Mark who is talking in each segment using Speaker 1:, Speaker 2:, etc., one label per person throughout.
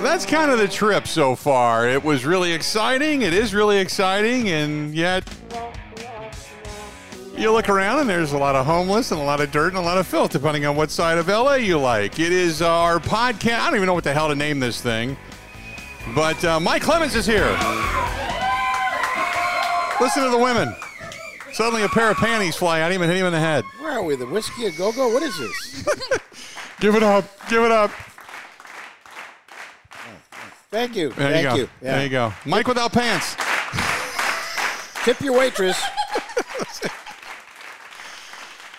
Speaker 1: That's kind of the trip so far. It was really exciting. It is really exciting, and yet you look around and there's a lot of homeless and a lot of dirt and a lot of filth, depending on what side of LA you like. It is our podcast. I don't even know what the hell to name this thing, but uh, Mike Clemens is here. Listen to the women. Suddenly, a pair of panties fly out, even hit him in the head.
Speaker 2: Where are we? The whiskey a go go? What is this?
Speaker 1: Give it up. Give it up.
Speaker 2: Thank you.
Speaker 1: There
Speaker 2: Thank
Speaker 1: you go.
Speaker 2: you. Yeah.
Speaker 1: There you go. Mike without pants.
Speaker 2: Tip your waitress.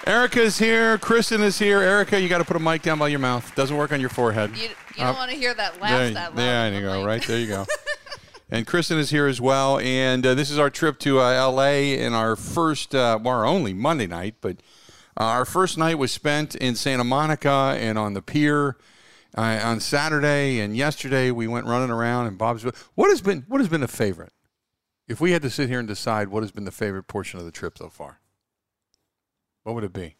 Speaker 1: Erica's here. Kristen is here. Erica, you got to put a mic down by your mouth. Doesn't work on your forehead.
Speaker 3: You, you don't
Speaker 1: Up.
Speaker 3: want to hear that laugh
Speaker 1: There,
Speaker 3: that loud.
Speaker 1: there you
Speaker 3: I'm
Speaker 1: go.
Speaker 3: like,
Speaker 1: Right there, you go. and Kristen is here as well. And uh, this is our trip to uh, L.A. and our first, uh, well, our only Monday night, but uh, our first night was spent in Santa Monica and on the pier uh, on Saturday. And yesterday we went running around and Bob's. What has been what has been the favorite? If we had to sit here and decide what has been the favorite portion of the trip so far, what would it be?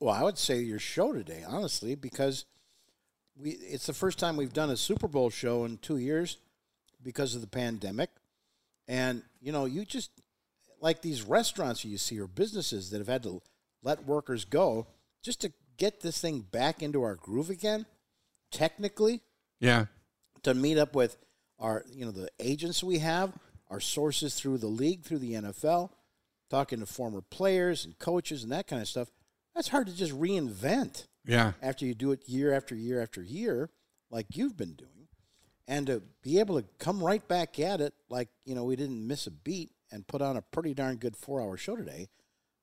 Speaker 2: Well, I would say your show today, honestly, because we it's the first time we've done a Super Bowl show in two years because of the pandemic. And you know, you just like these restaurants you see or businesses that have had to let workers go just to get this thing back into our groove again, technically,
Speaker 1: Yeah,
Speaker 2: to meet up with our you know the agents we have our sources through the league through the nfl talking to former players and coaches and that kind of stuff that's hard to just reinvent
Speaker 1: yeah.
Speaker 2: after you do it year after year after year like you've been doing and to be able to come right back at it like you know we didn't miss a beat and put on a pretty darn good four hour show today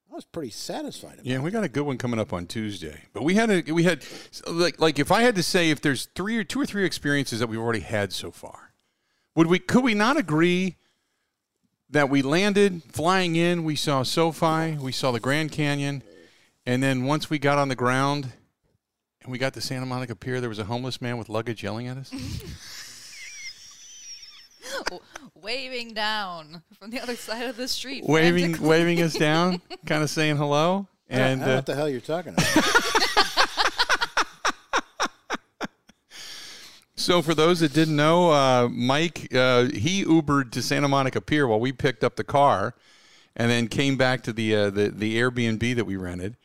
Speaker 2: i was pretty satisfied about
Speaker 1: Yeah, we got a good one coming up on Tuesday. But we had a we had like like if I had to say if there's three or two or three experiences that we've already had so far, would we could we not agree that we landed flying in, we saw SoFi, we saw the Grand Canyon, and then once we got on the ground and we got to Santa Monica Pier, there was a homeless man with luggage yelling at us.
Speaker 3: Waving down from the other side of the street.
Speaker 1: waving
Speaker 3: frantically.
Speaker 1: waving us down, kind of saying hello.
Speaker 2: it.
Speaker 1: And
Speaker 2: I don't know
Speaker 1: uh,
Speaker 2: what the hell you're talking about
Speaker 1: So, for those that didn't know, uh, Mike uh, he Ubered to Santa Monica Pier while we picked up the car, and then came back to the uh, the the Airbnb that we rented,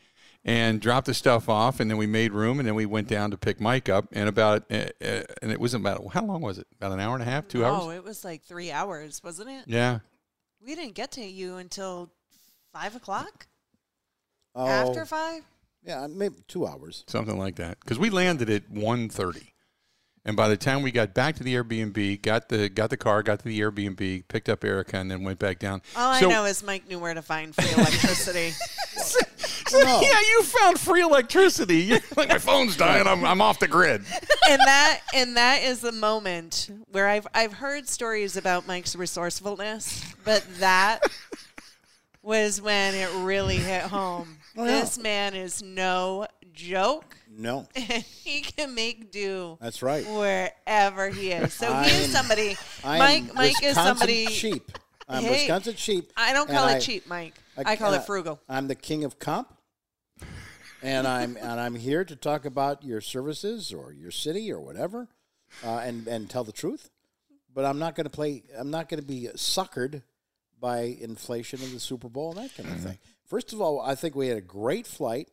Speaker 1: and dropped the stuff off, and then we made room, and then we went down to pick Mike up, and about uh, uh, and it wasn't about how long was it? About an hour and a half, two hours?
Speaker 4: Oh, it was like three hours, wasn't it?
Speaker 1: yeah,
Speaker 4: We didn't get to you until five o'clock
Speaker 2: oh,
Speaker 4: after five.
Speaker 2: yeah maybe two hours
Speaker 1: something like that. Because we landed at 1.30. and by the time we got back to the Airbnb, got the got the car, got to the Airbnb, picked up Erica, and then went back down.
Speaker 4: All
Speaker 1: So-
Speaker 4: I know is Mike knew where to find free electricity.
Speaker 2: No.
Speaker 1: Yeah, you found free electricity. You're like, my phone's dying. I'm, I'm off the grid.
Speaker 4: and that and that is the moment where I've I've heard stories about Mike's resourcefulness, but that was when it really hit home.
Speaker 2: Oh, yeah.
Speaker 4: this man is no joke.
Speaker 2: no
Speaker 4: and he can make do.
Speaker 2: That's right.
Speaker 4: Wherever he is, so he
Speaker 2: I'm-
Speaker 4: is somebody.
Speaker 2: I
Speaker 4: Mike,
Speaker 2: am
Speaker 4: Mike is
Speaker 2: Wisconsin
Speaker 4: somebody.
Speaker 2: cheap. I'm
Speaker 4: Hey,
Speaker 2: Wisconsin cheap.
Speaker 4: I don't
Speaker 2: and uh,
Speaker 4: call it cheap, Mike. I, call it frugal.
Speaker 2: I'm the king of comp, and I'm and I'm here to talk about your services or your city or whatever, uh, and and tell the truth. But I'm not going to play. I'm not going to be suckered by inflation and the Super Bowl and that kind of thing. First of all, I think we had a great flight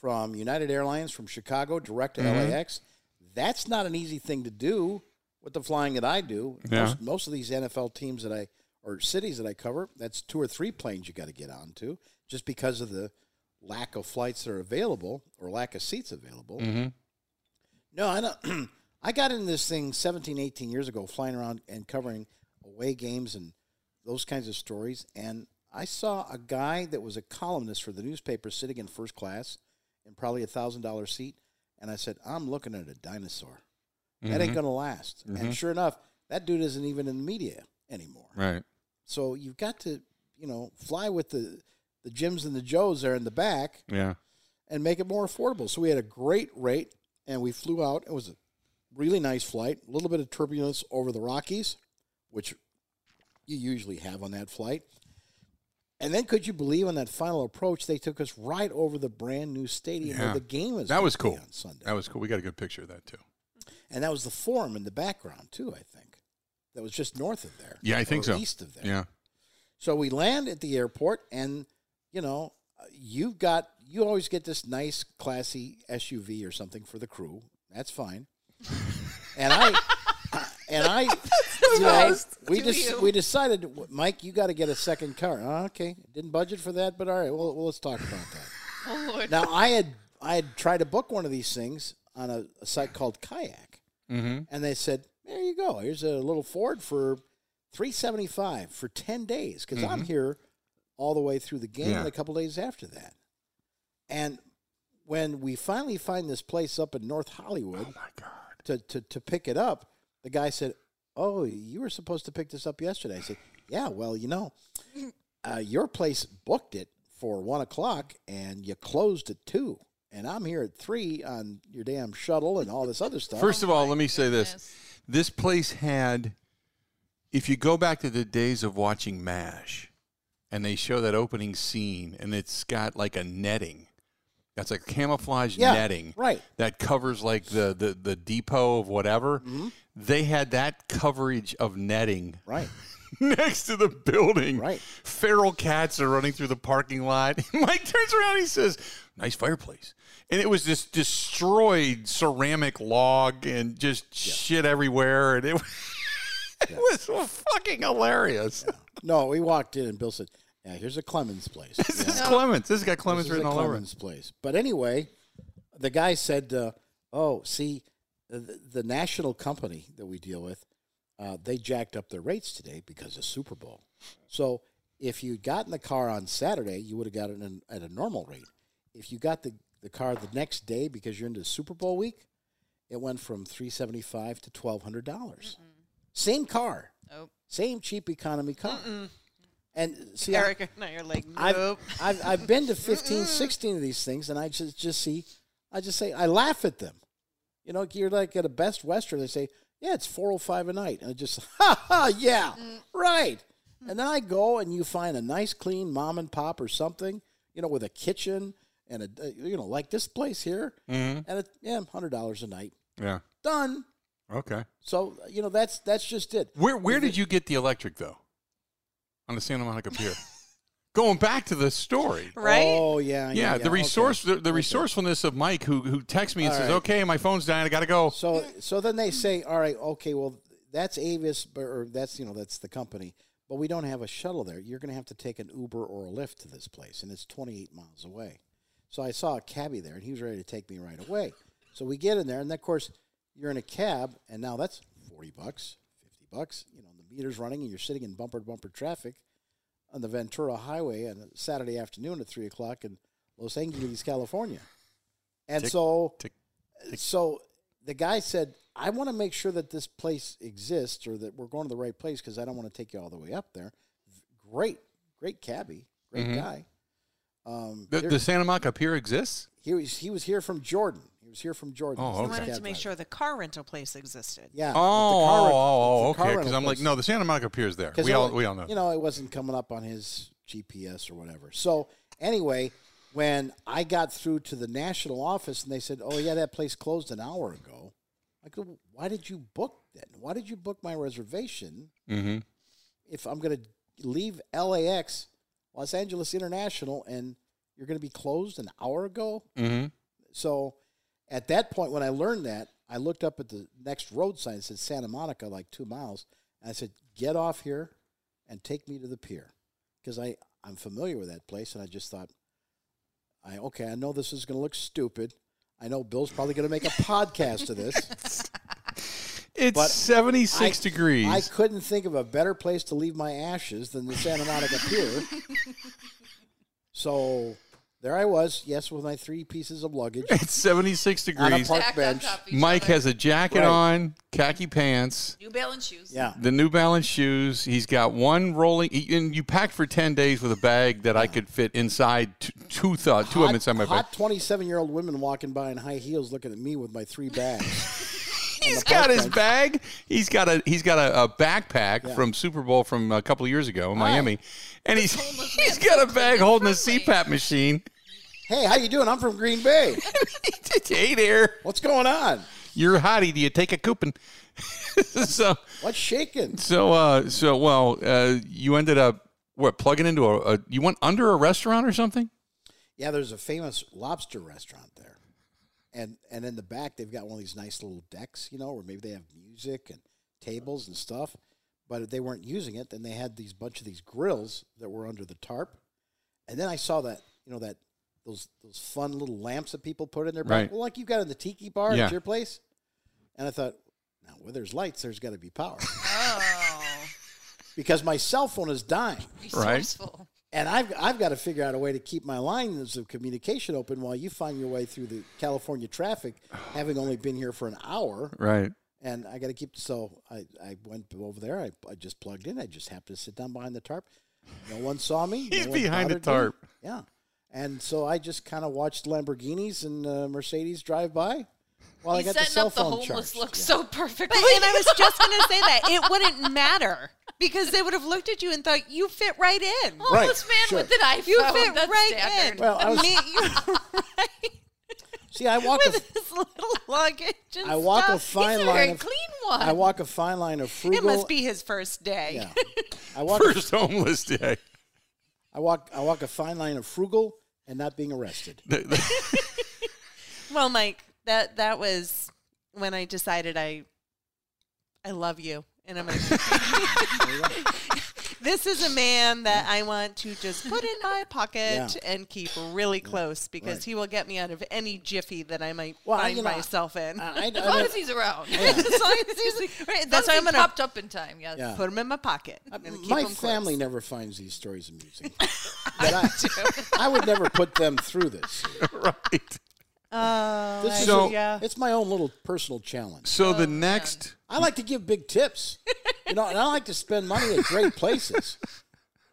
Speaker 2: from United Airlines from Chicago direct to LAX. That's not an easy thing to do with the flying that I do.
Speaker 1: Yeah.
Speaker 2: Most, most of these NFL teams that I or cities that I cover, that's two or three planes you got to get onto just because of the lack of flights that are available or lack of seats available. No, I don't. I got into this thing 17, 18 years ago, flying around and covering away games and those kinds of stories. And I saw a guy that was a columnist for the newspaper sitting in first class in probably a thousand dollar seat. And I said, I'm looking at a dinosaur. That ain't gonna last. And sure enough, that dude isn't even in the media anymore.
Speaker 1: Right.
Speaker 2: So you've got to, you know, fly with the the Jims and the Joes there in the back
Speaker 1: Yeah.
Speaker 2: and make it more affordable. So we had a great rate, and we flew out. It was a really nice flight. A little bit of turbulence over the Rockies, which you usually have on that flight. And then could you believe on that final approach they took us right over the brand new stadium
Speaker 1: Yeah.
Speaker 2: where the game is.
Speaker 1: That
Speaker 2: gonna
Speaker 1: was
Speaker 2: be
Speaker 1: cool.
Speaker 2: on Sunday,
Speaker 1: That was cool. We got a good picture of that too.
Speaker 2: and that was the forum in the background too. I think that was just north of there.
Speaker 1: Yeah, I think
Speaker 2: or
Speaker 1: so.
Speaker 2: East of there.
Speaker 1: Yeah.
Speaker 2: So we land at the airport, and you know, uh, you've got you always get this nice, classy SUV or something for the crew. That's fine. And I and I, you know,
Speaker 3: most
Speaker 2: we
Speaker 3: to
Speaker 2: just
Speaker 3: you.
Speaker 2: we decided, w- Mike, you got to get a second car. "Oh, okay, didn't budget for that, but all right, well, well let's talk about that.
Speaker 3: Lord.
Speaker 2: now I had I had tried to book one of these things on a, a site called Kayak,
Speaker 1: Mm-hmm.
Speaker 2: and they said, "There you go. Here's a little Ford for three seventy five for ten days because I'm here all the way through the game
Speaker 1: Mm-hmm. Yeah.
Speaker 2: and a couple days after that." And when we finally find this place up in North Hollywood
Speaker 1: Oh my God.
Speaker 2: to, to to pick it up, the guy said, "Oh, you were supposed to pick this up yesterday." I said, "Yeah, well, you know, uh, your place booked it for one o'clock and you closed at two, and I'm here at three on your damn shuttle and all this other stuff."
Speaker 1: First of all, let me say this:
Speaker 3: goodness.
Speaker 1: this place had, if you go back to the days of watching Mash, and they show that opening scene, and it's got like a netting. That's like camouflage
Speaker 2: Yeah,
Speaker 1: netting,
Speaker 2: right.
Speaker 1: That covers like the the, the depot of whatever.
Speaker 2: Mm-hmm.
Speaker 1: They had that coverage of netting
Speaker 2: right.
Speaker 1: next to the building.
Speaker 2: Right.
Speaker 1: Feral cats are running through the parking lot. Mike turns around. He says, "Nice fireplace." And it was this destroyed ceramic log and just shit everywhere. And it, it was fucking hilarious.
Speaker 2: No, we walked in and Bill said, "Yeah, here's a Clemens place. Yeah,
Speaker 1: This is Clements. This has got Clements
Speaker 2: this is a
Speaker 1: written all over. it.
Speaker 2: Clemens place." But anyway, the guy said, uh, "Oh, see, the, the national company that we deal with, uh, they jacked up their rates today because of Super Bowl. So if you got in the car on Saturday, you would have got it in- at a normal rate. If you got the the car the next day because you're into Super Bowl week, it went from three seventy five to twelve hundred dollars. Same car."
Speaker 3: Nope.
Speaker 2: Same cheap economy car. And see, I-
Speaker 4: Erica and I are like,
Speaker 2: I've,
Speaker 4: nope.
Speaker 2: I've, I've been to 15, 16 of these things, and I just, just see, I just say, I laugh at them. You know, you're like at a Best Western, they say, yeah, it's 405 a night. And I just, ha ha, yeah, right. And then I go and you find a nice, clean mom and pop or something, you know, with a kitchen and a, uh, you know, like this place here.
Speaker 1: Mm-hmm.
Speaker 2: And it, yeah, $100 a night.
Speaker 1: Yeah.
Speaker 2: Done.
Speaker 1: Okay.
Speaker 2: So, you know, that's that's just it.
Speaker 1: Where where did you get the electric though? On the Santa Monica Pier. Going back to the story.
Speaker 4: Right?
Speaker 2: Oh, yeah.
Speaker 1: Yeah, the
Speaker 2: okay.
Speaker 1: resource, the, the
Speaker 2: Okay.
Speaker 1: resourcefulness of Mike, who who texts me and
Speaker 2: All
Speaker 1: says,
Speaker 2: right.
Speaker 1: "Okay, my phone's dying. I gotta go."
Speaker 2: So so then they say, all right, okay, well that's Avis, but- or that's you know that's the company, but we don't have a shuttle there. You're going to have to take an Uber or a Lyft to this place, and it's 28 miles away. So I saw a cabbie there, and he was ready to take me right away. So we get in there, and then, of course, you're in a cab, and now that's 40 bucks, 50 bucks. You know, the meter's running, and you're sitting in bumper to bumper traffic on the Ventura Highway on a Saturday afternoon at three o'clock in Los Angeles, California. And
Speaker 1: Tick,
Speaker 2: so
Speaker 1: tick,
Speaker 2: so the guy said, I want to make sure that this place exists or that we're going to the right place because I don't want to take you all the way up there. Great, great cabbie, great
Speaker 1: Mm-hmm.
Speaker 2: guy. Um,
Speaker 1: The,
Speaker 2: here-
Speaker 1: the Santa Monica Pier exists.
Speaker 2: he was he was here from Jordan. He was here from Jordan.
Speaker 1: Oh,
Speaker 2: He's the
Speaker 1: okay.
Speaker 4: I wanted
Speaker 2: cab
Speaker 4: to make
Speaker 2: driver.
Speaker 4: sure the car rental place existed.
Speaker 2: Yeah. but
Speaker 1: Oh,
Speaker 2: the car
Speaker 1: oh,
Speaker 2: rent-
Speaker 1: oh,
Speaker 2: the car
Speaker 1: okay. Because
Speaker 2: rental
Speaker 1: I'm like,
Speaker 2: place-
Speaker 1: no, the Santa Monica Pier is there.
Speaker 2: 'cause
Speaker 1: We
Speaker 2: it
Speaker 1: all
Speaker 2: wa-
Speaker 1: we all know.
Speaker 2: You know, it wasn't coming up on his GPS or whatever. So anyway, when I got through to the national office and they said, "Oh yeah, that place closed an hour ago," I go, "Why did you book then? Why did you book my reservation
Speaker 1: mm-hmm.
Speaker 2: if I'm going to leave LAX, Los Angeles International, and you're going to be closed an hour ago?"
Speaker 1: Mm-hmm.
Speaker 2: So at that point, when I learned that, I looked up at the next road sign that said Santa Monica, like two miles. And I said, get off here and take me to the pier. Because I'm familiar with that place. And I just thought, I okay, I know this is going to look stupid. I know Bill's probably going to make a podcast of this.
Speaker 1: It's
Speaker 2: But
Speaker 1: 76
Speaker 2: I-
Speaker 1: degrees.
Speaker 2: I couldn't think of a better place to leave my ashes than the Santa Monica Pier. so there I was, yes, with my three pieces of luggage.
Speaker 1: it's 76 degrees.
Speaker 2: park
Speaker 3: Stacked
Speaker 2: bench.
Speaker 3: On top of each
Speaker 1: Mike
Speaker 3: other.
Speaker 1: has a jacket
Speaker 2: Right.
Speaker 1: on, khaki pants,
Speaker 3: New Balance shoes.
Speaker 2: Yeah.
Speaker 1: the New Balance shoes. He's got one rolling. he- and you packed for 10 days with a bag that I could fit inside t- two th- two of them inside my bag.
Speaker 2: hot 27 year old women walking by in high heels looking at me with my three bags.
Speaker 1: He's
Speaker 2: the
Speaker 1: got
Speaker 2: park
Speaker 1: his
Speaker 2: bench.
Speaker 1: bag. He's got a he's got a, a backpack from Super Bowl from a couple years ago in Miami, and he's
Speaker 3: homeless
Speaker 1: he's
Speaker 3: man's
Speaker 1: got a
Speaker 3: so
Speaker 1: bag
Speaker 3: clean
Speaker 1: holding a
Speaker 3: and friendly.
Speaker 1: CPAP machine.
Speaker 2: Hey, how you doing? I'm from Green Bay.
Speaker 1: hey there,
Speaker 2: What's going on?
Speaker 1: you're a hottie. Do you take a coupon? so
Speaker 2: What's shaking?
Speaker 1: so uh so well uh you ended up what plugging into a, a you went under a restaurant or something?
Speaker 2: Yeah, there's a famous lobster restaurant there, and and in the back they've got one of these nice little decks, you know, where maybe they have music and tables and stuff. But if they weren't using it, then they had these bunch of these grills that were under the tarp. And then I saw that you know that those those fun little lamps that people put in their back,
Speaker 1: Right.
Speaker 2: well, like you got in the tiki bar
Speaker 1: Yeah.
Speaker 2: at your place. And I thought, now where there's lights, there's got to be power
Speaker 3: Oh,
Speaker 2: because my cell phone is dying.
Speaker 3: resourceful.
Speaker 2: And I've, I've got to figure out a way to keep my lines of communication open while you find your way through the California traffic, having only been here for an hour.
Speaker 1: Right.
Speaker 2: And I got to keep, so I, I went over there. I, I just plugged in. I just happened to sit down behind the tarp. No one saw me.
Speaker 1: He's
Speaker 2: no one
Speaker 1: behind the
Speaker 2: bothered
Speaker 1: tarp.
Speaker 2: me. Yeah. And so I just kind of watched Lamborghinis and uh, Mercedes drive by while Oh, I
Speaker 3: He's
Speaker 2: got the
Speaker 3: setting
Speaker 2: cell
Speaker 3: up the
Speaker 2: phone
Speaker 3: homeless
Speaker 2: charged.
Speaker 3: look
Speaker 2: Yeah.
Speaker 3: so perfectly.
Speaker 4: But, and I was just going to say that it wouldn't matter because they would have looked at you and thought you fit right in.
Speaker 3: homeless
Speaker 2: Right,
Speaker 3: man
Speaker 2: sure.
Speaker 3: with an iPhone.
Speaker 4: You fit
Speaker 3: That's
Speaker 4: right
Speaker 3: standard.
Speaker 4: in.
Speaker 2: Well, I was-
Speaker 4: Me- you're right.
Speaker 2: See, I walk, a,
Speaker 4: With this little luggage and
Speaker 2: I walk a
Speaker 4: stuff.
Speaker 2: fine
Speaker 3: He's a
Speaker 2: line
Speaker 3: very
Speaker 2: of,
Speaker 3: clean one.
Speaker 2: I walk a fine line of frugal.
Speaker 4: It must be his first day.
Speaker 2: Yeah. I walk a
Speaker 1: First homeless day.
Speaker 2: I walk I walk a fine line of frugal and not being arrested.
Speaker 1: The- the-
Speaker 4: Well, Mike, that that was when I decided I I love you and I'm gonna This is a man that I want to just put in my pocket
Speaker 2: Yeah.
Speaker 4: and keep really close because
Speaker 2: Right.
Speaker 4: he will get me out of any jiffy that I might
Speaker 2: Well, I-
Speaker 4: find
Speaker 2: you know,
Speaker 4: myself in.
Speaker 2: I, I,
Speaker 3: as long
Speaker 2: I-
Speaker 3: as he's around.
Speaker 4: Uh, as long as he's right, that's why I'm gonna
Speaker 3: popped up in time. Yes.
Speaker 2: Yeah.
Speaker 4: put him in my pocket. I'm gonna keep
Speaker 2: my
Speaker 4: him close.
Speaker 2: family never finds these stories amusing. but I, I would never put them through this.
Speaker 1: right.
Speaker 4: Oh,
Speaker 2: This
Speaker 4: I-
Speaker 2: is
Speaker 1: So-
Speaker 4: yeah.
Speaker 2: it's my own little personal challenge.
Speaker 1: So the next
Speaker 2: I like to give big tips. You know, and I like to spend money at great places.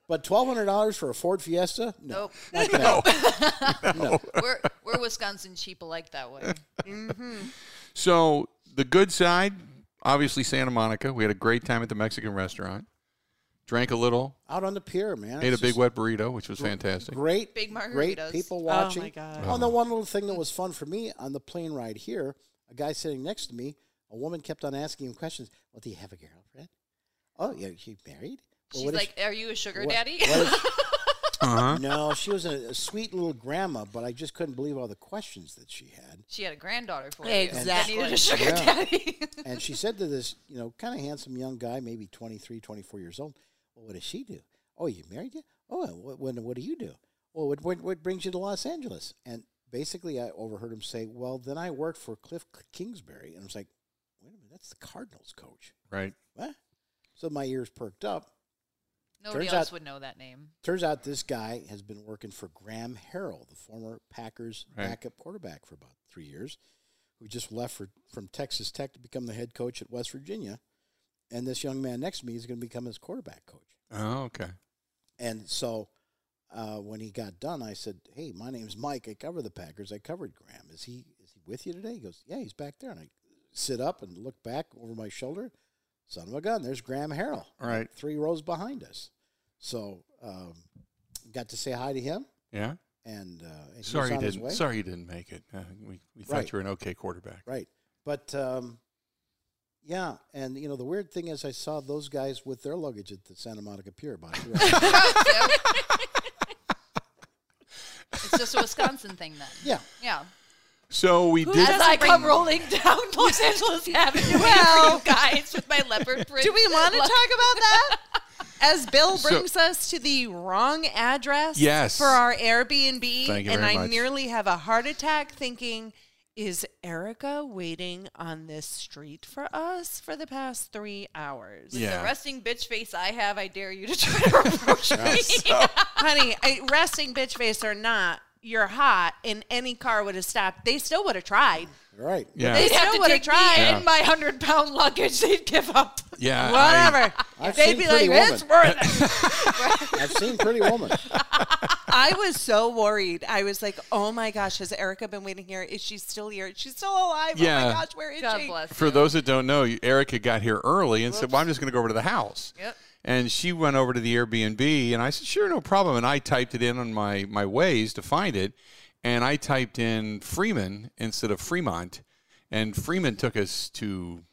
Speaker 2: But twelve hundred dollars for a Ford Fiesta? No.
Speaker 3: Nope.
Speaker 2: Not bad.
Speaker 3: we're we're Wisconsin sheep alike that way.
Speaker 1: So the good side, obviously Santa Monica. We had a great time at the Mexican restaurant. Drank a little,
Speaker 2: Out on the pier, man.
Speaker 1: ate a
Speaker 2: It's
Speaker 1: big
Speaker 2: just
Speaker 1: wet burrito, which was fantastic.
Speaker 2: Great
Speaker 3: Big
Speaker 2: Great
Speaker 3: margaritas.
Speaker 2: people
Speaker 4: my
Speaker 2: watching.
Speaker 4: God.
Speaker 2: Oh, and the one little thing that was fun for me on the plane ride here, a guy sitting next to me, a woman kept on asking him questions. Well, do you have a girlfriend? Oh, yeah, she married? Well,
Speaker 3: She's
Speaker 2: what if
Speaker 3: like, "Are you a sugar
Speaker 2: she- what-
Speaker 3: daddy?"
Speaker 2: what if-
Speaker 1: Uh-huh.
Speaker 2: no, she was a, a sweet little grandma, but I just couldn't believe all the questions that she had.
Speaker 3: she had a granddaughter for
Speaker 4: Exactly.
Speaker 3: you. That needed a sugar daddy.
Speaker 2: And she said to this, you know, kind of handsome young guy, maybe 23, 24 years old, well, what does she do? Oh, you married yet? Oh, and what, when, what do you do? Well, what, what, what brings you to Los Angeles? And basically, I overheard him say, well, then I worked for Cliff K- Kingsbury. And I was like, wait a minute, that's the Cardinals coach.
Speaker 1: Right.
Speaker 2: What? So my ears perked up.
Speaker 3: Nobody
Speaker 2: Turns
Speaker 3: else
Speaker 2: out-
Speaker 3: would know that name.
Speaker 2: Turns out this guy has been working for Graham Harrell, the former Packers
Speaker 1: Right.
Speaker 2: backup quarterback for about three years, who just left for, from Texas Tech to become the head coach at West Virginia. And this young man next to me is going to become his quarterback coach.
Speaker 1: Oh, okay.
Speaker 2: And so uh, when he got done, I said, "Hey, my name's Mike. I cover the Packers. I covered Graham. Is he is he with you today?" He goes, "Yeah, he's back there." And I sit up and look back over my shoulder. Son of a gun! There's Graham Harrell.
Speaker 1: Right.
Speaker 2: three rows behind us. So um, got to say hi to him,
Speaker 1: Yeah.
Speaker 2: and, uh, and
Speaker 1: Sorry
Speaker 2: he was
Speaker 1: you
Speaker 2: on his
Speaker 1: didn't.
Speaker 2: way.
Speaker 1: Sorry you didn't make it. Uh, we we thought
Speaker 2: Right.
Speaker 1: you were an okay quarterback.
Speaker 2: Right. But um, yeah, and you know the weird thing is I saw those guys with their luggage at the Santa Monica Pier about two hours ago.
Speaker 3: It's just a Wisconsin thing then.
Speaker 2: Yeah.
Speaker 3: Yeah.
Speaker 1: So we did.
Speaker 3: As I come rolling down Los Angeles Avenue well, you guys with my leopard print.
Speaker 4: Do we want to talk
Speaker 3: leopard-
Speaker 4: about that? As Bill
Speaker 1: So-
Speaker 4: brings us to the wrong address
Speaker 1: Yes.
Speaker 4: for our Airbnb,
Speaker 1: Thank you very
Speaker 4: and I
Speaker 1: much.
Speaker 4: nearly have a heart attack thinking, is Erica waiting on this street for us for the past three hours?
Speaker 3: The
Speaker 1: yeah.
Speaker 3: resting bitch face I have, I dare you to try to approach me.
Speaker 4: Honey, I, resting bitch face or not, you're hot and any car would have stopped, they still would have tried.
Speaker 2: All right.
Speaker 1: Yeah.
Speaker 3: They'd
Speaker 4: They
Speaker 3: have
Speaker 4: still
Speaker 3: to
Speaker 4: would've
Speaker 3: take
Speaker 4: tried.
Speaker 3: me
Speaker 1: Yeah.
Speaker 3: and my hundred pound luggage. They'd give up.
Speaker 1: Yeah. I-
Speaker 4: Whatever.
Speaker 2: I've
Speaker 4: They'd
Speaker 2: seen
Speaker 4: be like,
Speaker 2: Pretty
Speaker 4: it's
Speaker 2: Woman.
Speaker 4: worth it.
Speaker 2: I've seen Pretty Woman.
Speaker 4: I was so worried. I was like, oh my gosh, has Erica been waiting here? Is she still here? She's still alive. Oh
Speaker 1: Yeah.
Speaker 4: my gosh, where is
Speaker 3: God
Speaker 4: she?
Speaker 3: bless.
Speaker 1: for those that don't know, Erica got here early and said, "Well, I'm just going to go over to the house."
Speaker 3: Yep.
Speaker 1: And she went over to the Airbnb, and I said, "Sure, no problem." And I typed it in on my my ways to find it, and I typed in Freeman instead of Fremont, and Freeman took us to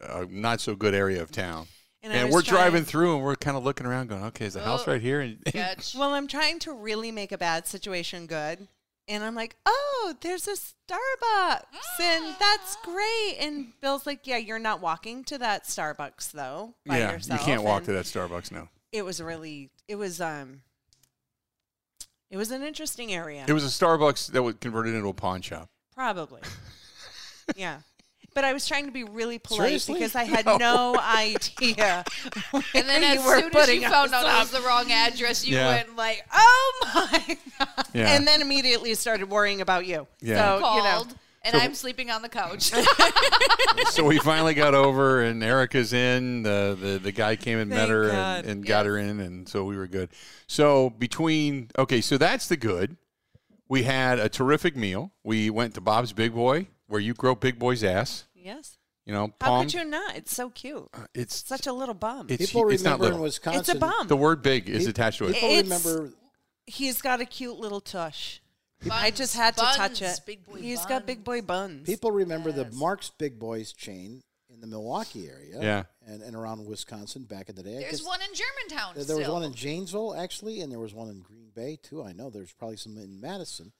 Speaker 1: a not so good area of town.
Speaker 4: And
Speaker 1: And,
Speaker 4: I was
Speaker 1: we're
Speaker 4: trying-
Speaker 1: driving through, and we're kind of looking around, going, "Okay, is the house
Speaker 3: Oh,
Speaker 1: right here?" And
Speaker 3: Sketch.
Speaker 4: Well, I'm trying to really make a bad situation good. And I'm like, oh, there's a Starbucks.
Speaker 3: Ah.
Speaker 4: And that's great. And Bill's like, yeah, you're not walking to that Starbucks, though, by
Speaker 1: yeah,
Speaker 4: yourself.
Speaker 1: you can't walk
Speaker 4: And
Speaker 1: to that Starbucks now.
Speaker 4: It was really, it was, um, it was an interesting area.
Speaker 1: It was a Starbucks that was converted into a pawn shop.
Speaker 4: Probably. yeah. But I was trying to be really polite
Speaker 2: Seriously?
Speaker 4: because I had no,
Speaker 1: No.
Speaker 4: idea.
Speaker 3: and then
Speaker 4: where
Speaker 3: as
Speaker 4: you
Speaker 3: soon
Speaker 4: were
Speaker 3: as you
Speaker 4: putting
Speaker 3: found out
Speaker 4: us
Speaker 3: it was
Speaker 4: up.
Speaker 3: the wrong address, you
Speaker 1: Yeah.
Speaker 3: went like, "Oh my god!"
Speaker 1: Yeah.
Speaker 4: And then immediately started worrying about you.
Speaker 1: Yeah.
Speaker 4: So,
Speaker 3: Called,
Speaker 4: you
Speaker 3: and
Speaker 1: So-
Speaker 3: I'm sleeping on the couch.
Speaker 1: so we finally got over, and Erica's in. The the, the guy came and met
Speaker 4: Thank
Speaker 1: her
Speaker 4: God.
Speaker 1: and, and got her in, and so we were good. So between okay, so that's the good. We had a terrific meal. We went to Bob's Big Boy, where you grow Big Boy's ass.
Speaker 4: know. Yes.
Speaker 1: You know,
Speaker 4: How
Speaker 1: palm.
Speaker 4: could you not? It's so cute.
Speaker 1: It's
Speaker 4: Such a little bum.
Speaker 1: it's,
Speaker 2: People
Speaker 1: it's not
Speaker 2: remember in
Speaker 1: little.
Speaker 2: Wisconsin.
Speaker 4: It's a bum.
Speaker 1: The word "big" is attached to it.
Speaker 2: People
Speaker 4: It's-
Speaker 2: remember
Speaker 4: He's got a cute little tush. I
Speaker 3: Buns,
Speaker 4: just had to touch
Speaker 3: buns,
Speaker 4: it. He's
Speaker 3: Big boy
Speaker 4: got big
Speaker 3: buns.
Speaker 4: boy buns.
Speaker 2: People remember the Mark's Big Boys chain in the Milwaukee area.
Speaker 1: Yeah.
Speaker 2: And, and around Wisconsin back in the day. I
Speaker 3: There's
Speaker 2: guess
Speaker 3: one in Germantown.
Speaker 2: there- there was
Speaker 3: still.
Speaker 2: one in Janesville, actually, and there was one in Green Bay, too. I know there's probably some in Madison.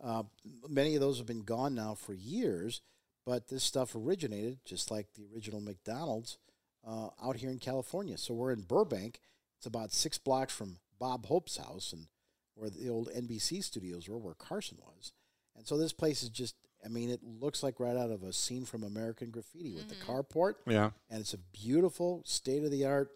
Speaker 2: Uh, many of those have been gone now for years, but this stuff originated, just like the original McDonald's, uh, out here in California. So we're in Burbank. It's about six blocks from Bob Hope's house and where the old NBC studios were, where Carson was. And so this place is just, I mean, it looks like right out of a scene from American Graffiti with the carport.
Speaker 1: Yeah,
Speaker 2: And it's a beautiful, state of the art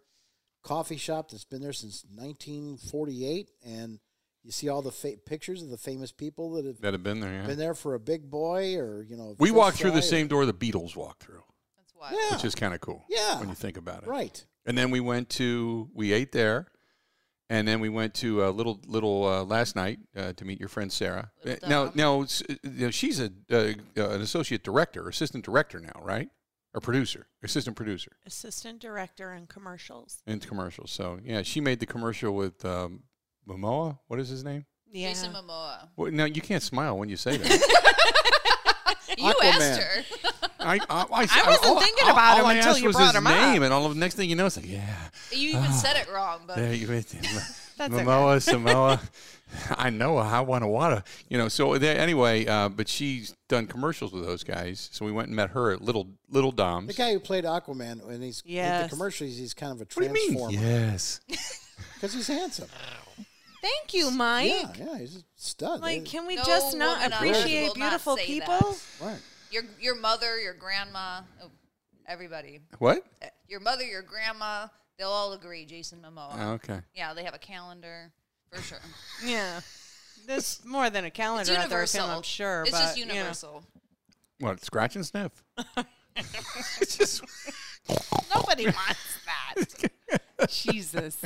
Speaker 2: coffee shop that's been there since 1948. And you see all the fa- pictures of the famous people that have
Speaker 1: that had been there. Yeah.
Speaker 2: been there for a big boy or, you know.
Speaker 1: we
Speaker 2: fish
Speaker 1: walked through
Speaker 2: fry
Speaker 1: the
Speaker 2: or-
Speaker 1: same door the Beatles walked through,
Speaker 3: That's wild.
Speaker 2: Yeah.
Speaker 1: which is kind of cool.
Speaker 2: Yeah.
Speaker 1: when you think about it.
Speaker 2: right.
Speaker 1: And then we went to we ate there, and then we went to a little little uh, last night uh, to meet your friend Sarah. Uh, now, now, s- uh, you know, she's a uh, uh, an associate director, assistant director now, right? Or producer, assistant producer
Speaker 4: Assistant director on commercials.
Speaker 1: in commercials. So yeah, she made the commercial with um, Momoa. What is his name?
Speaker 4: Yeah.
Speaker 3: Jason Momoa.
Speaker 1: Well, no, you can't smile when you say that.
Speaker 3: You
Speaker 2: Aquaman.
Speaker 3: asked her.
Speaker 1: I, I, I,
Speaker 4: wasn't
Speaker 1: all-
Speaker 4: thinking
Speaker 1: all-
Speaker 4: about
Speaker 1: all
Speaker 4: him
Speaker 1: I
Speaker 4: until
Speaker 1: asked
Speaker 4: you
Speaker 1: was
Speaker 4: brought
Speaker 1: his
Speaker 4: him up.
Speaker 1: name, and all of the next thing you know, it's like yeah.
Speaker 3: You even said it wrong, but
Speaker 1: There you went.
Speaker 4: That's
Speaker 1: Momoa, Samoa. I know. I want to water. You know. So there, anyway, uh, but she's done commercials with those guys. So we went and met her at Little Little Dom's.
Speaker 2: The guy who played Aquaman and he's in
Speaker 4: Yes.
Speaker 2: the commercials, he's kind of a
Speaker 1: what do you mean?
Speaker 2: transformer
Speaker 1: Yes.
Speaker 2: because he's handsome.
Speaker 4: Thank you, Mike.
Speaker 2: yeah, yeah, he's a stud.
Speaker 4: Like,
Speaker 2: It-
Speaker 4: can we
Speaker 3: No
Speaker 4: just not
Speaker 3: woman on earth will
Speaker 4: appreciate
Speaker 3: not
Speaker 4: beautiful
Speaker 3: say
Speaker 4: people?
Speaker 3: that.
Speaker 2: right.
Speaker 3: your your mother, your grandma, oh, everybody,
Speaker 1: What?
Speaker 3: Uh, your mother, your grandma, they'll all agree. Jason Momoa.
Speaker 1: Oh, okay.
Speaker 3: Yeah, they have a calendar for sure.
Speaker 4: Yeah. There's more than a calendar
Speaker 3: It's
Speaker 4: out there with him,
Speaker 3: universal.
Speaker 4: I'm sure.
Speaker 3: It's
Speaker 4: but,
Speaker 3: just
Speaker 4: you know.
Speaker 3: universal.
Speaker 1: What? Scratch and sniff. It's just
Speaker 4: Nobody wants that. Jesus.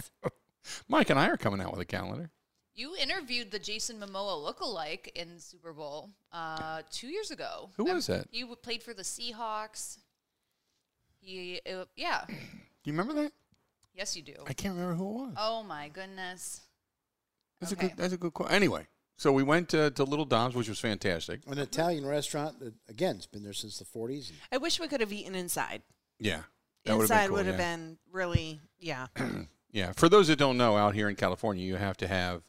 Speaker 1: Mike and I are coming out with a calendar.
Speaker 3: You interviewed the Jason Momoa lookalike in Super Bowl uh, two years ago.
Speaker 1: Who
Speaker 3: Remem-
Speaker 1: was that?
Speaker 3: He w- played for the Seahawks. He, uh, yeah,
Speaker 1: Do you remember that?
Speaker 3: yes, you do.
Speaker 1: I can't remember who it was.
Speaker 3: Oh my goodness.
Speaker 1: that's
Speaker 3: okay.
Speaker 1: a good. That's a good. Qu- anyway, so we went uh, to Little Dom's, which was fantastic.
Speaker 2: An Italian restaurant that, again, it's been there since the 40s.
Speaker 4: I wish we could have eaten inside.
Speaker 1: Yeah. would've
Speaker 4: inside
Speaker 1: cool,
Speaker 4: would have
Speaker 1: yeah.
Speaker 4: been really, yeah.
Speaker 1: Yeah. For those that don't know, out here in California, you have to have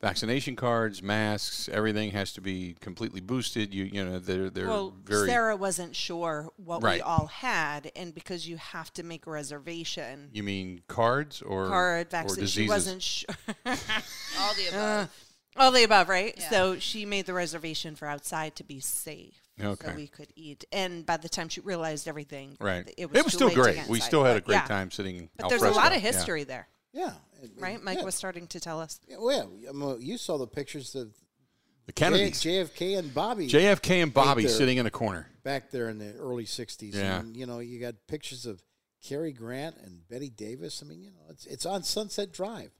Speaker 1: vaccination cards, masks. Everything has to be completely boosted. You you know they're they're
Speaker 4: well,
Speaker 1: very
Speaker 4: Sarah wasn't sure what we
Speaker 1: Right.
Speaker 4: all had, and because you have to make a reservation,
Speaker 1: You mean cards or
Speaker 4: card
Speaker 1: or
Speaker 4: vaccine,
Speaker 1: diseases?
Speaker 4: she wasn't sure.
Speaker 3: All the above.
Speaker 4: all the above, right?
Speaker 3: Yeah.
Speaker 4: So she made the reservation for outside to be safe.
Speaker 1: Okay.
Speaker 4: So we could eat, and by the time she realized everything,
Speaker 1: right.
Speaker 4: It was, too
Speaker 1: still
Speaker 4: late to
Speaker 1: great.
Speaker 4: get
Speaker 1: We
Speaker 4: inside,
Speaker 1: still had a
Speaker 4: but
Speaker 1: great
Speaker 4: yeah.
Speaker 1: time sitting.
Speaker 4: But
Speaker 1: al
Speaker 4: there's a lot
Speaker 1: fresco.
Speaker 4: of
Speaker 1: Yeah.
Speaker 4: history there,
Speaker 2: Yeah. it- it-
Speaker 4: right? Mike
Speaker 2: yeah.
Speaker 4: was starting to tell us.
Speaker 2: Yeah, well, yeah, I mean, you saw the pictures of
Speaker 1: The
Speaker 2: J-
Speaker 1: Kennedys,
Speaker 2: JFK and Bobby
Speaker 1: JFK and Bobby
Speaker 2: there.
Speaker 1: sitting in a corner.
Speaker 2: back there in the early '60s.
Speaker 1: Yeah.
Speaker 2: And, you know, you got pictures of Cary Grant and Betty Davis. I mean, you know, it's it's on Sunset Drive.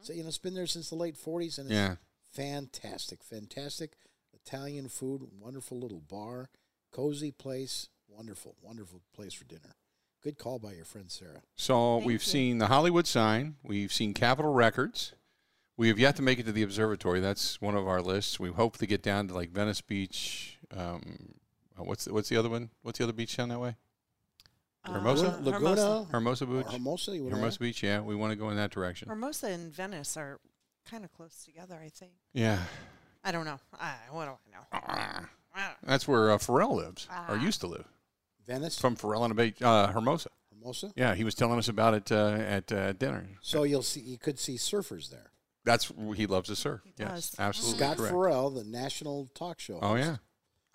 Speaker 2: So you know, it's been there since the late '40s, and it's
Speaker 1: Yeah.
Speaker 2: fantastic, fantastic Italian food. Wonderful little bar, cozy place. Wonderful, wonderful place for dinner. Good call by your friend Sarah.
Speaker 1: So
Speaker 4: Thank
Speaker 1: we've
Speaker 4: you.
Speaker 1: seen the Hollywood sign. We've seen Capitol Records. We have yet to make it to the observatory. That's one of our lists. We hope to get down to like Venice Beach. Um, uh, what's the, what's the other one? What's the other beach down that way? Hermosa?
Speaker 4: Uh,
Speaker 2: Laguna,
Speaker 1: Hermosa
Speaker 2: or
Speaker 1: Beach.
Speaker 2: Hermosa, you wanna add?
Speaker 1: Hermosa Beach. Yeah, we want to go in that direction.
Speaker 4: Hermosa and Venice are kind of close together, I think.
Speaker 1: yeah,
Speaker 4: I don't know. I, what do I know? I don't know.
Speaker 1: that's where uh, Pharrell lives or
Speaker 4: Ah.
Speaker 1: used to live.
Speaker 2: Venice,
Speaker 1: From Pharrell and Abate, uh, Hermosa.
Speaker 2: Hermosa.
Speaker 1: Yeah, he was telling us about it uh, at uh, dinner.
Speaker 2: So you'll see, you could see surfers there.
Speaker 1: That's he loves to surf.
Speaker 4: He
Speaker 1: yes,
Speaker 4: does.
Speaker 1: absolutely
Speaker 2: Scott
Speaker 1: Mm-hmm. correct.
Speaker 2: Farrell, the national talk show.
Speaker 1: Oh
Speaker 2: host.
Speaker 1: yeah,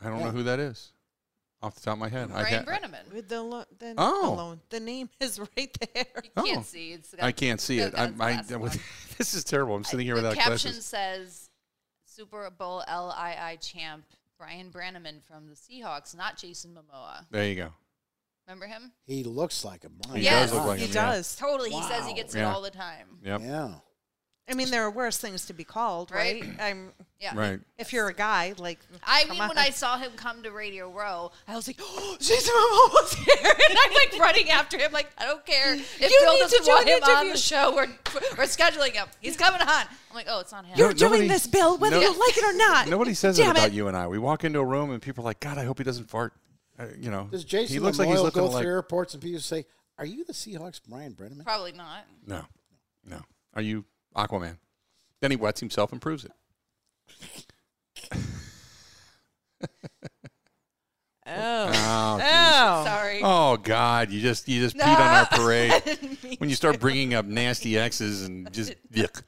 Speaker 1: I don't know
Speaker 2: Yeah.
Speaker 1: who that is off the top of my head. I
Speaker 3: Brian
Speaker 1: can't,
Speaker 3: Brenneman.
Speaker 4: With the, lo- the
Speaker 1: Oh.
Speaker 4: alone. The name is right there.
Speaker 3: You
Speaker 1: Oh.
Speaker 3: can't see. It's got-
Speaker 1: I can't see
Speaker 3: no,
Speaker 1: it.
Speaker 3: that's
Speaker 1: I'm, I,
Speaker 3: the last one.
Speaker 1: this is terrible. I'm sitting here
Speaker 3: the
Speaker 1: without
Speaker 3: caption
Speaker 1: glasses.
Speaker 3: says Super Bowl LII champ Brian Brannaman from the Seahawks, not Jason Momoa.
Speaker 1: There you go.
Speaker 3: Remember him?
Speaker 2: He looks like a
Speaker 1: He
Speaker 2: mime.
Speaker 3: Yes.
Speaker 1: does look like
Speaker 4: he
Speaker 1: him.
Speaker 4: does.
Speaker 3: Totally. He says he
Speaker 2: Wow.
Speaker 3: gets
Speaker 1: Yeah.
Speaker 3: it all the time.
Speaker 1: Yeah. Yep.
Speaker 2: Yeah.
Speaker 4: I mean, there are worse things to be called, right?
Speaker 3: Right.
Speaker 4: I'm
Speaker 3: Yeah.
Speaker 1: Right.
Speaker 4: if you're a guy, like
Speaker 3: I
Speaker 4: come
Speaker 3: mean,
Speaker 4: on.
Speaker 3: when I saw him come to Radio Row, I was like, oh, Jason Momoa's here. And I'm like running after him, like, I don't care. If
Speaker 4: You
Speaker 3: Bill
Speaker 4: need to
Speaker 3: doesn't
Speaker 4: do
Speaker 3: want
Speaker 4: an
Speaker 3: him on
Speaker 4: interview.
Speaker 3: the show, we're, we're scheduling him. He's coming on. I'm like, oh, it's not him.
Speaker 4: you're
Speaker 1: No-
Speaker 4: doing
Speaker 1: nobody-
Speaker 4: this, Bill, whether
Speaker 1: no-
Speaker 4: you like it or not.
Speaker 1: Nobody says that
Speaker 4: Damn
Speaker 1: about
Speaker 4: it.
Speaker 1: you and I. We walk into a room and people are like, God, I hope he doesn't fart. Uh, you know,
Speaker 2: Does Jason
Speaker 1: he looks
Speaker 2: Momoa
Speaker 1: like he's looking
Speaker 2: go
Speaker 1: like
Speaker 2: through airports and people say, "Are you the Seahawks, Brian Brenneman?"
Speaker 3: Probably not.
Speaker 1: no, no. Are you Aquaman? Then he wets himself and proves it.
Speaker 4: Oh,
Speaker 1: Oh,
Speaker 4: oh.
Speaker 3: Sorry.
Speaker 1: Oh God, you just you just peed on our parade when you start bringing up nasty X's and just yuck.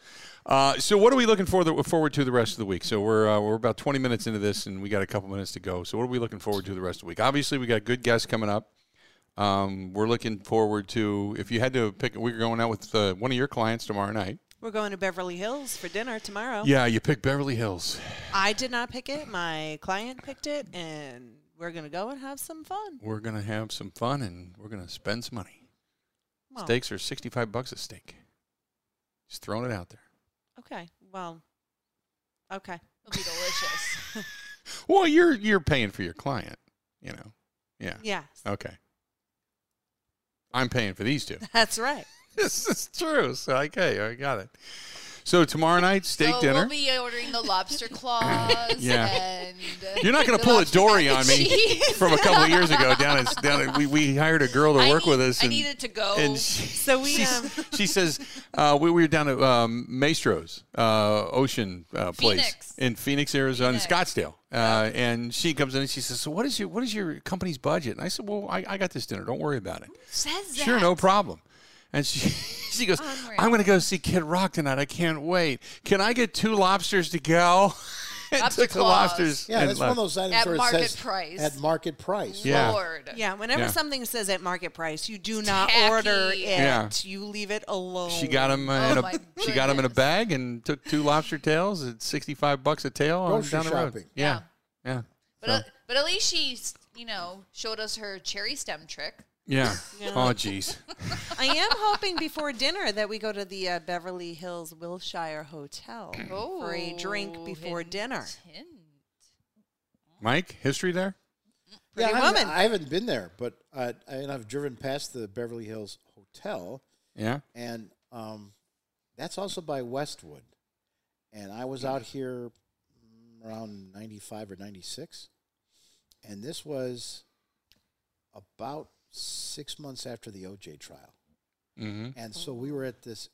Speaker 1: Uh, so what are we looking for the, forward to the rest of the week? So we're uh, we're about twenty minutes into this, and we got a couple minutes to go. So what are we looking forward to the rest of the week? Obviously, we got good guests coming up. Um, we're looking forward to if you had to pick. We're going out with uh, one of your clients tomorrow night.
Speaker 4: We're going to Beverly Hills for dinner tomorrow.
Speaker 1: Yeah, you pick Beverly Hills.
Speaker 4: I did not pick it. My client picked it, and we're gonna go and have some fun.
Speaker 1: We're gonna have some fun, and we're gonna spend some money.
Speaker 4: Well,
Speaker 1: Steaks are sixty-five bucks a steak. Just throwing it out there.
Speaker 4: Okay. Well. Okay.
Speaker 3: It'll be delicious.
Speaker 1: Well, you're you're paying for your client, you know. Yeah.
Speaker 4: Yes.
Speaker 1: Okay. I'm paying for these two.
Speaker 4: That's right.
Speaker 1: this is true. So okay, I got it. So tomorrow night, steak
Speaker 3: so
Speaker 1: dinner.
Speaker 3: We'll be ordering the lobster claws.
Speaker 1: Yeah.
Speaker 3: And
Speaker 1: you're not going to
Speaker 3: the
Speaker 1: pull a
Speaker 3: lobster
Speaker 1: Dory
Speaker 3: mac
Speaker 1: on
Speaker 3: and
Speaker 1: me
Speaker 3: cheese.
Speaker 1: from a couple of years ago. Down at down at, we, we hired a girl to
Speaker 3: I
Speaker 1: work
Speaker 3: need-
Speaker 1: with us.
Speaker 3: I
Speaker 1: and,
Speaker 3: needed to go.
Speaker 1: And she,
Speaker 4: So we,
Speaker 1: she,
Speaker 4: um,
Speaker 1: she says uh, we, we were down at um, Maestro's uh, Ocean uh, place
Speaker 3: Phoenix.
Speaker 1: in Phoenix, Arizona,
Speaker 3: Phoenix.
Speaker 1: Scottsdale, uh, and she comes in and she says, "So what is your what is your company's budget?" And I said, "Well, I, I got this dinner. Don't worry about it."
Speaker 3: Says that.
Speaker 1: Sure, no problem. And she she goes,
Speaker 3: Unreal.
Speaker 1: "I'm going to go see Kid Rock tonight. I can't wait. Can I get two lobsters to go?" and
Speaker 3: Lobster
Speaker 1: took the
Speaker 3: claws.
Speaker 1: lobsters.
Speaker 2: Yeah,
Speaker 1: and
Speaker 2: that's
Speaker 1: left.
Speaker 2: one of those items
Speaker 3: At
Speaker 2: where it
Speaker 3: market
Speaker 2: says
Speaker 3: price.
Speaker 2: at market price.
Speaker 1: Yeah.
Speaker 3: Lord.
Speaker 4: yeah. Whenever
Speaker 1: Yeah.
Speaker 4: something says at market price, you do not
Speaker 3: Tacky.
Speaker 4: order it.
Speaker 1: Yeah.
Speaker 4: You leave it alone.
Speaker 1: She got them
Speaker 3: Oh
Speaker 1: in a
Speaker 3: my
Speaker 1: she got 'em in a
Speaker 3: goodness.
Speaker 1: bag and took two lobster tails at sixty five bucks a tail on
Speaker 2: Grocery
Speaker 1: down the road.
Speaker 2: shopping.
Speaker 1: Yeah, yeah,
Speaker 3: But, uh, but at least she, you know, showed us her cherry stem trick.
Speaker 1: yeah.
Speaker 4: Yeah.
Speaker 1: Oh, jeez.
Speaker 4: I am hoping before dinner that we go to the uh, Beverly Hills Wilshire Hotel for a drink
Speaker 3: Oh,
Speaker 4: before
Speaker 3: hint,
Speaker 4: dinner.
Speaker 3: hint.
Speaker 1: Mike, history there.
Speaker 2: Yeah,
Speaker 4: Pretty
Speaker 2: I haven't,
Speaker 4: woman.
Speaker 2: I haven't been there, but uh, and I've driven past the Beverly Hills Hotel,
Speaker 1: Yeah,
Speaker 2: and um, that's also by Westwood. And I was out here mm, around '95 or '96, and this was about six months after the OJ trial.
Speaker 1: mm-hmm.
Speaker 2: And so we were at this.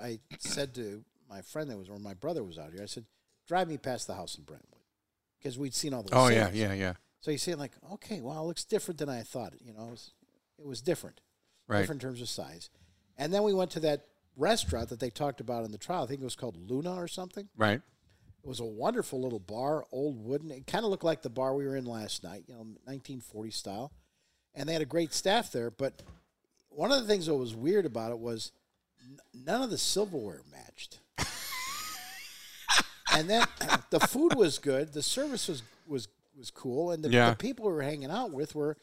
Speaker 2: I said to my friend that was, or my brother was out here. I said, "Drive me past the house in Brentwood," because we'd seen all those.
Speaker 1: Oh
Speaker 2: scenes.
Speaker 1: yeah, yeah, yeah.
Speaker 2: So you see, it like, okay, well, it looks different than I thought. You know, it was, it was different,
Speaker 1: Right.
Speaker 2: different in terms of size. And then we went to that restaurant that they talked about in the trial. I think it was called Luna or something.
Speaker 1: Right.
Speaker 2: It was a wonderful little bar, old wooden. It kind of looked like the bar we were in last night, you know, 1940 style. And they had a great staff there. But one of the things that was weird about it was n- none of the silverware matched. and then the food was good. The service was was was cool, and the,
Speaker 1: Yeah.
Speaker 2: the people we were hanging out with were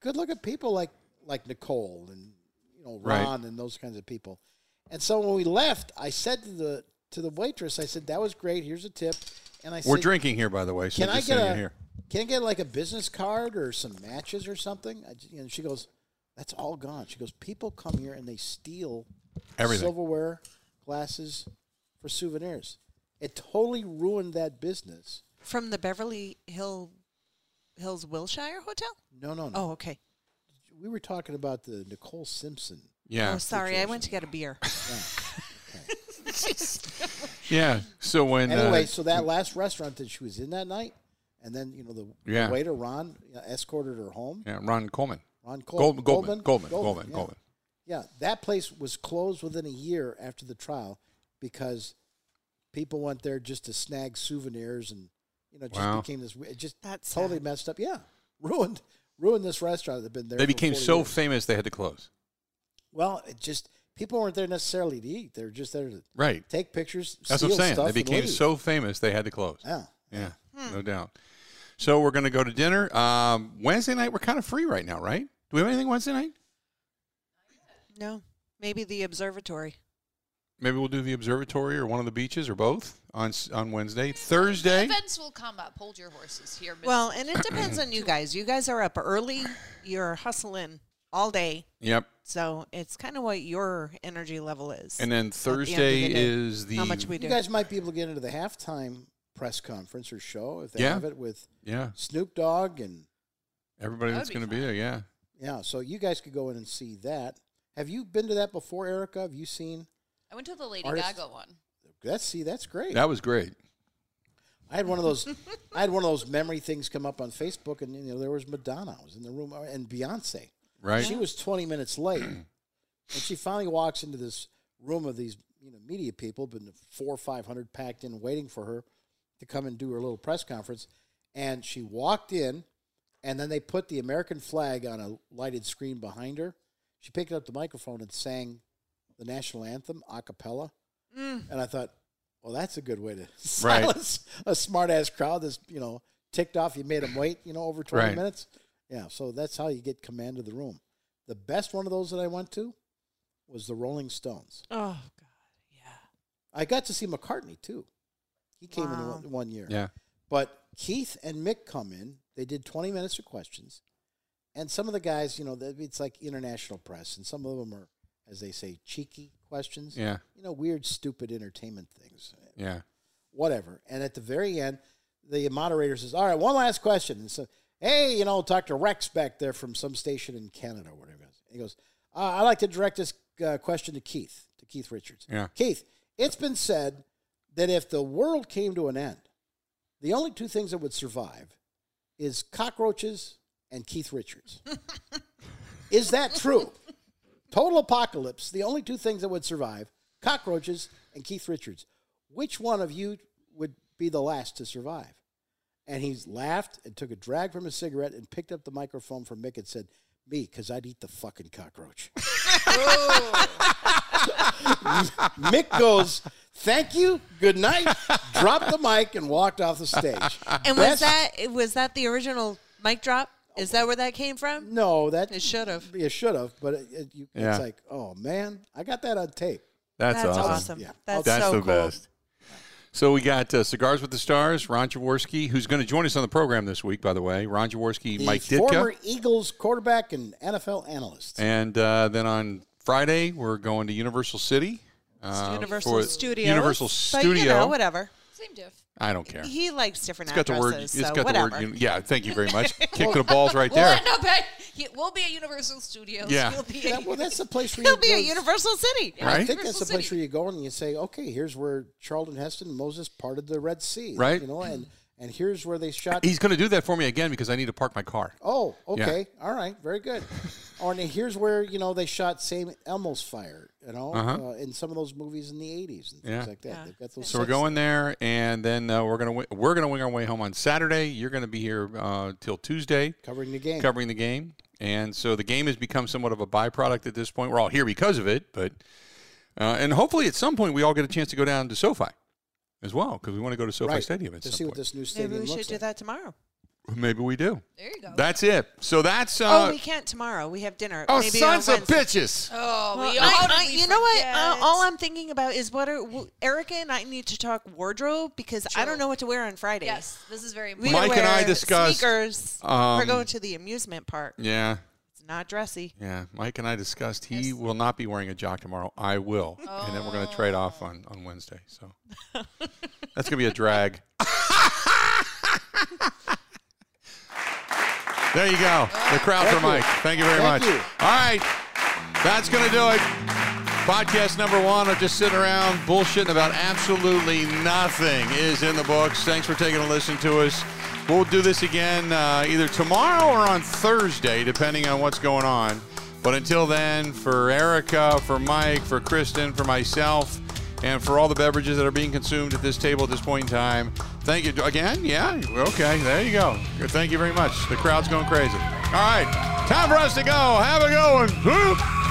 Speaker 2: good looking people like like Nicole and you know
Speaker 1: Right.
Speaker 2: Ron and those kinds of people. And so when we left, I said to the to the waitress, I said, "That was great. Here's a tip." And I
Speaker 1: We're
Speaker 2: said,
Speaker 1: drinking here, by the way. So
Speaker 2: "Can I
Speaker 1: just
Speaker 2: get
Speaker 1: so you
Speaker 2: a
Speaker 1: hear.
Speaker 2: can I get like a business card or some matches or something?" I j- and she goes, "That's all gone." She goes, "People come here and they steal
Speaker 1: Everything.
Speaker 2: silverware, glasses for souvenirs. It totally ruined that business.
Speaker 4: From the Beverly Hill Hills Wilshire Hotel?
Speaker 2: No,
Speaker 1: Mm-hmm.
Speaker 2: no, no.
Speaker 4: Oh, okay.
Speaker 2: We were talking about the Nicole Simpson.
Speaker 1: Yeah.
Speaker 4: oh, sorry. I went to get a beer.
Speaker 1: Yeah. So when uh,
Speaker 2: Anyway, so that last restaurant that she was in that night, and then you know the the
Speaker 1: Yeah.
Speaker 2: waiter Ron you know, escorted her home.
Speaker 1: yeah, Ron Coleman.
Speaker 2: Ron Col-
Speaker 1: Gold, Goldman, Goldman, Goldman, Goldman,
Speaker 2: yeah. Yeah, that place was closed within a year after the trial because people went there just to snag souvenirs and you know it just
Speaker 1: Wow.
Speaker 2: became this it just
Speaker 4: That's
Speaker 2: totally
Speaker 4: sad.
Speaker 2: messed up. Yeah, ruined ruined this restaurant that had been there.
Speaker 1: They
Speaker 2: for
Speaker 1: became
Speaker 2: 40
Speaker 1: so
Speaker 2: years.
Speaker 1: famous they had to close.
Speaker 2: well. It just people weren't there necessarily to eat; they were just there to
Speaker 1: Right.
Speaker 2: take pictures.
Speaker 1: That's
Speaker 2: steal
Speaker 1: what I'm saying.
Speaker 2: Stuff,
Speaker 1: They
Speaker 2: and
Speaker 1: became
Speaker 2: leave.
Speaker 1: so famous they had to close.
Speaker 2: Yeah.
Speaker 1: Yeah,
Speaker 3: Hmm.
Speaker 1: no doubt. So we're going to go to dinner. Um, Wednesday night, we're kind of free right now, right? Do we have anything Wednesday night?
Speaker 4: No. Maybe the observatory.
Speaker 1: Maybe we'll do the observatory or one of the beaches or both on s- on Wednesday. Thursday,
Speaker 3: Events will come up. Hold your horses here. Miss-
Speaker 4: Well, and it depends on you guys. You guys are up early. You're hustling all day.
Speaker 1: yep.
Speaker 4: So it's kind of what your energy level is.
Speaker 1: And then
Speaker 4: the end of the
Speaker 1: Thursday
Speaker 4: day,
Speaker 1: is the
Speaker 4: how much we
Speaker 2: You
Speaker 4: do.
Speaker 2: guys might be able to get into the halftime press conference or show if they
Speaker 1: Yeah.
Speaker 2: have it with
Speaker 1: yeah
Speaker 2: Snoop Dogg and
Speaker 1: everybody
Speaker 3: That
Speaker 1: that's
Speaker 3: would be
Speaker 1: going to be there. Yeah,
Speaker 2: yeah. So you guys could go in and see that. Have you been to that before, Erica? Have you seen?
Speaker 3: I went to the Lady
Speaker 2: Artist-
Speaker 3: Gaga one.
Speaker 2: That's see, that's great.
Speaker 1: that was great.
Speaker 2: I had one of those. I had one of those memory things come up on Facebook, and you know there was Madonna. I was in the room, uh, and Beyonce.
Speaker 1: Right?
Speaker 2: She was 20 minutes late, and she finally walks into this room of these you know media people, been four or five hundred packed in, waiting for her to come and do her little press conference. And she walked in, and then they put the American flag on a lighted screen behind her. She picked up the microphone and sang the national anthem a cappella. And I thought, well, that's a good way to
Speaker 1: Right.
Speaker 2: silence a smart ass crowd that's you know ticked off. You made them wait, you know, over twenty
Speaker 1: Right.
Speaker 2: minutes. Yeah, so that's how you get command of the room. The best one of those that I went to was the Rolling Stones.
Speaker 4: oh, God.
Speaker 2: I got to see McCartney too. He came in
Speaker 4: Wow.
Speaker 2: one, one year.
Speaker 1: yeah,
Speaker 2: But Keith and Mick come in. They did 20 minutes of questions. And some of the guys, you know, they- it's like international press, and some of them are, as they say, cheeky questions.
Speaker 1: yeah,
Speaker 2: You know, weird, stupid entertainment things,
Speaker 1: yeah.
Speaker 2: whatever. And at the very end, the moderator says, All right, one last question. And so, hey, you know, Dr. Rex back there from some station in Canada or whatever it is. He goes, uh, I'd like to direct this uh, question to Keith, to Keith Richards.
Speaker 1: Yeah.
Speaker 2: Keith, it's been said that if the world came to an end, the only two things that would survive is cockroaches and Keith Richards. is that true? Total apocalypse, the only two things that would survive cockroaches and Keith Richards. Which one of you would be the last to survive? And he laughed and took a drag from his cigarette and picked up the microphone from Mick and said, Me, because I'd eat the fucking cockroach. Mick goes, Thank you, good night, dropped the mic and walked off the stage. That's-
Speaker 4: And was that was that the original mic drop? Is that where that came from?
Speaker 2: No, that
Speaker 4: It should have.
Speaker 2: You should have, but it, it, you,
Speaker 1: Yeah.
Speaker 2: it's like, oh man, I got that on tape.
Speaker 1: That's,
Speaker 4: That's awesome.
Speaker 2: Yeah.
Speaker 4: That's,
Speaker 1: That's
Speaker 4: so
Speaker 1: the
Speaker 4: cool.
Speaker 1: best. So we got uh, Cigars with the Stars, Ron Jaworski, who's going to join us on the program this week, by the way. Ron Jaworski,
Speaker 2: The
Speaker 1: Mike Ditka.
Speaker 2: former Eagles quarterback and NFL analyst.
Speaker 1: And uh, then on Friday, we're going to Universal City. uh,
Speaker 4: Universal
Speaker 1: for-
Speaker 4: Studios.
Speaker 1: Universal
Speaker 4: But,
Speaker 1: Studio.
Speaker 4: you know, whatever.
Speaker 3: Same diff.
Speaker 1: I don't care.
Speaker 4: He likes different
Speaker 1: It's got the
Speaker 4: addresses.
Speaker 1: word. It's
Speaker 4: so
Speaker 1: got
Speaker 4: whatever.
Speaker 1: the word. uni- Yeah, thank you very much. Kick to the balls right there.
Speaker 3: Well, no, but he- we'll be at Universal Studios.
Speaker 1: Yeah.
Speaker 3: We'll be
Speaker 2: That-
Speaker 3: at,
Speaker 2: well, that's the place where
Speaker 4: He'll
Speaker 2: you
Speaker 4: be
Speaker 2: go-
Speaker 4: at Universal City.
Speaker 2: I
Speaker 1: Right?
Speaker 2: think that's the
Speaker 3: Universal
Speaker 2: place
Speaker 3: City.
Speaker 2: where you go and you say, okay, here's where Charlton Heston and Moses parted the Red Sea.
Speaker 1: Right.
Speaker 2: You know, and and here's where they shot.
Speaker 1: He's going to do that for me again because I need to park my car.
Speaker 2: Oh, okay, all right, very good. oh, and here's where you know they shot same Elmo's fire. You know, uh in some of those movies in the '80s and things
Speaker 1: Uh-huh. Yeah.
Speaker 2: like that. They've got those.
Speaker 1: So we're
Speaker 2: sex-
Speaker 1: going there, and then uh, we're going to we're going to wing our way home on Saturday. You're going to be here uh, till Tuesday
Speaker 2: covering the game.
Speaker 1: covering the game, and so the game has become somewhat of a byproduct at this point. We're all here because of it, but uh, and hopefully at some point we all get a chance to go down to SoFi. as well because we want to go to SoFi
Speaker 2: right.
Speaker 1: Stadium at
Speaker 2: to
Speaker 1: some
Speaker 2: see what
Speaker 1: point.
Speaker 2: this new
Speaker 4: Maybe
Speaker 2: stadium
Speaker 4: we
Speaker 2: looks
Speaker 4: should do
Speaker 2: like.
Speaker 4: that tomorrow.
Speaker 1: Maybe we do.
Speaker 3: There you go.
Speaker 1: That's it. So that's uh,
Speaker 4: oh, we can't tomorrow. We have dinner.
Speaker 1: oh
Speaker 4: Maybe
Speaker 1: sons
Speaker 4: on
Speaker 1: of
Speaker 4: Wednesday.
Speaker 1: bitches.
Speaker 3: oh,
Speaker 4: Well,
Speaker 3: we
Speaker 4: I-
Speaker 3: all
Speaker 4: I-
Speaker 3: we
Speaker 4: you know what?
Speaker 3: forget.
Speaker 4: Uh, all I'm thinking about is what are w Erica and I need to talk wardrobe because I
Speaker 3: True.
Speaker 4: don't know what to wear on Friday.
Speaker 3: yes, this is very
Speaker 4: we
Speaker 3: important.
Speaker 1: Mike
Speaker 4: wear
Speaker 1: and I discussed,
Speaker 4: sneakers. We're
Speaker 1: um,
Speaker 4: going to the amusement park.
Speaker 1: Yeah,
Speaker 4: It's not dressy.
Speaker 1: yeah. Mike and I discussed he will not be wearing a jock tomorrow. I will, and then we're going to trade off on on Wednesday. So that's going to be a drag. there you go. The crowd for
Speaker 2: Thank you.
Speaker 1: Mike. Thank you very
Speaker 2: Thank
Speaker 1: much.
Speaker 2: you.
Speaker 1: All right, that's going to do it. Podcast number one of just sitting around bullshitting about absolutely nothing is in the books. Thanks for taking a listen to us. We'll do this again uh, either tomorrow or on Thursday, depending on what's going on. But until then, for Erica, for Mike, for Kristen, for myself, and for all the beverages that are being consumed at this table at this point in time, thank you again. Yeah, okay, there you go. Thank you very much. The crowd's going crazy. All right, time for us to go. Have a good one.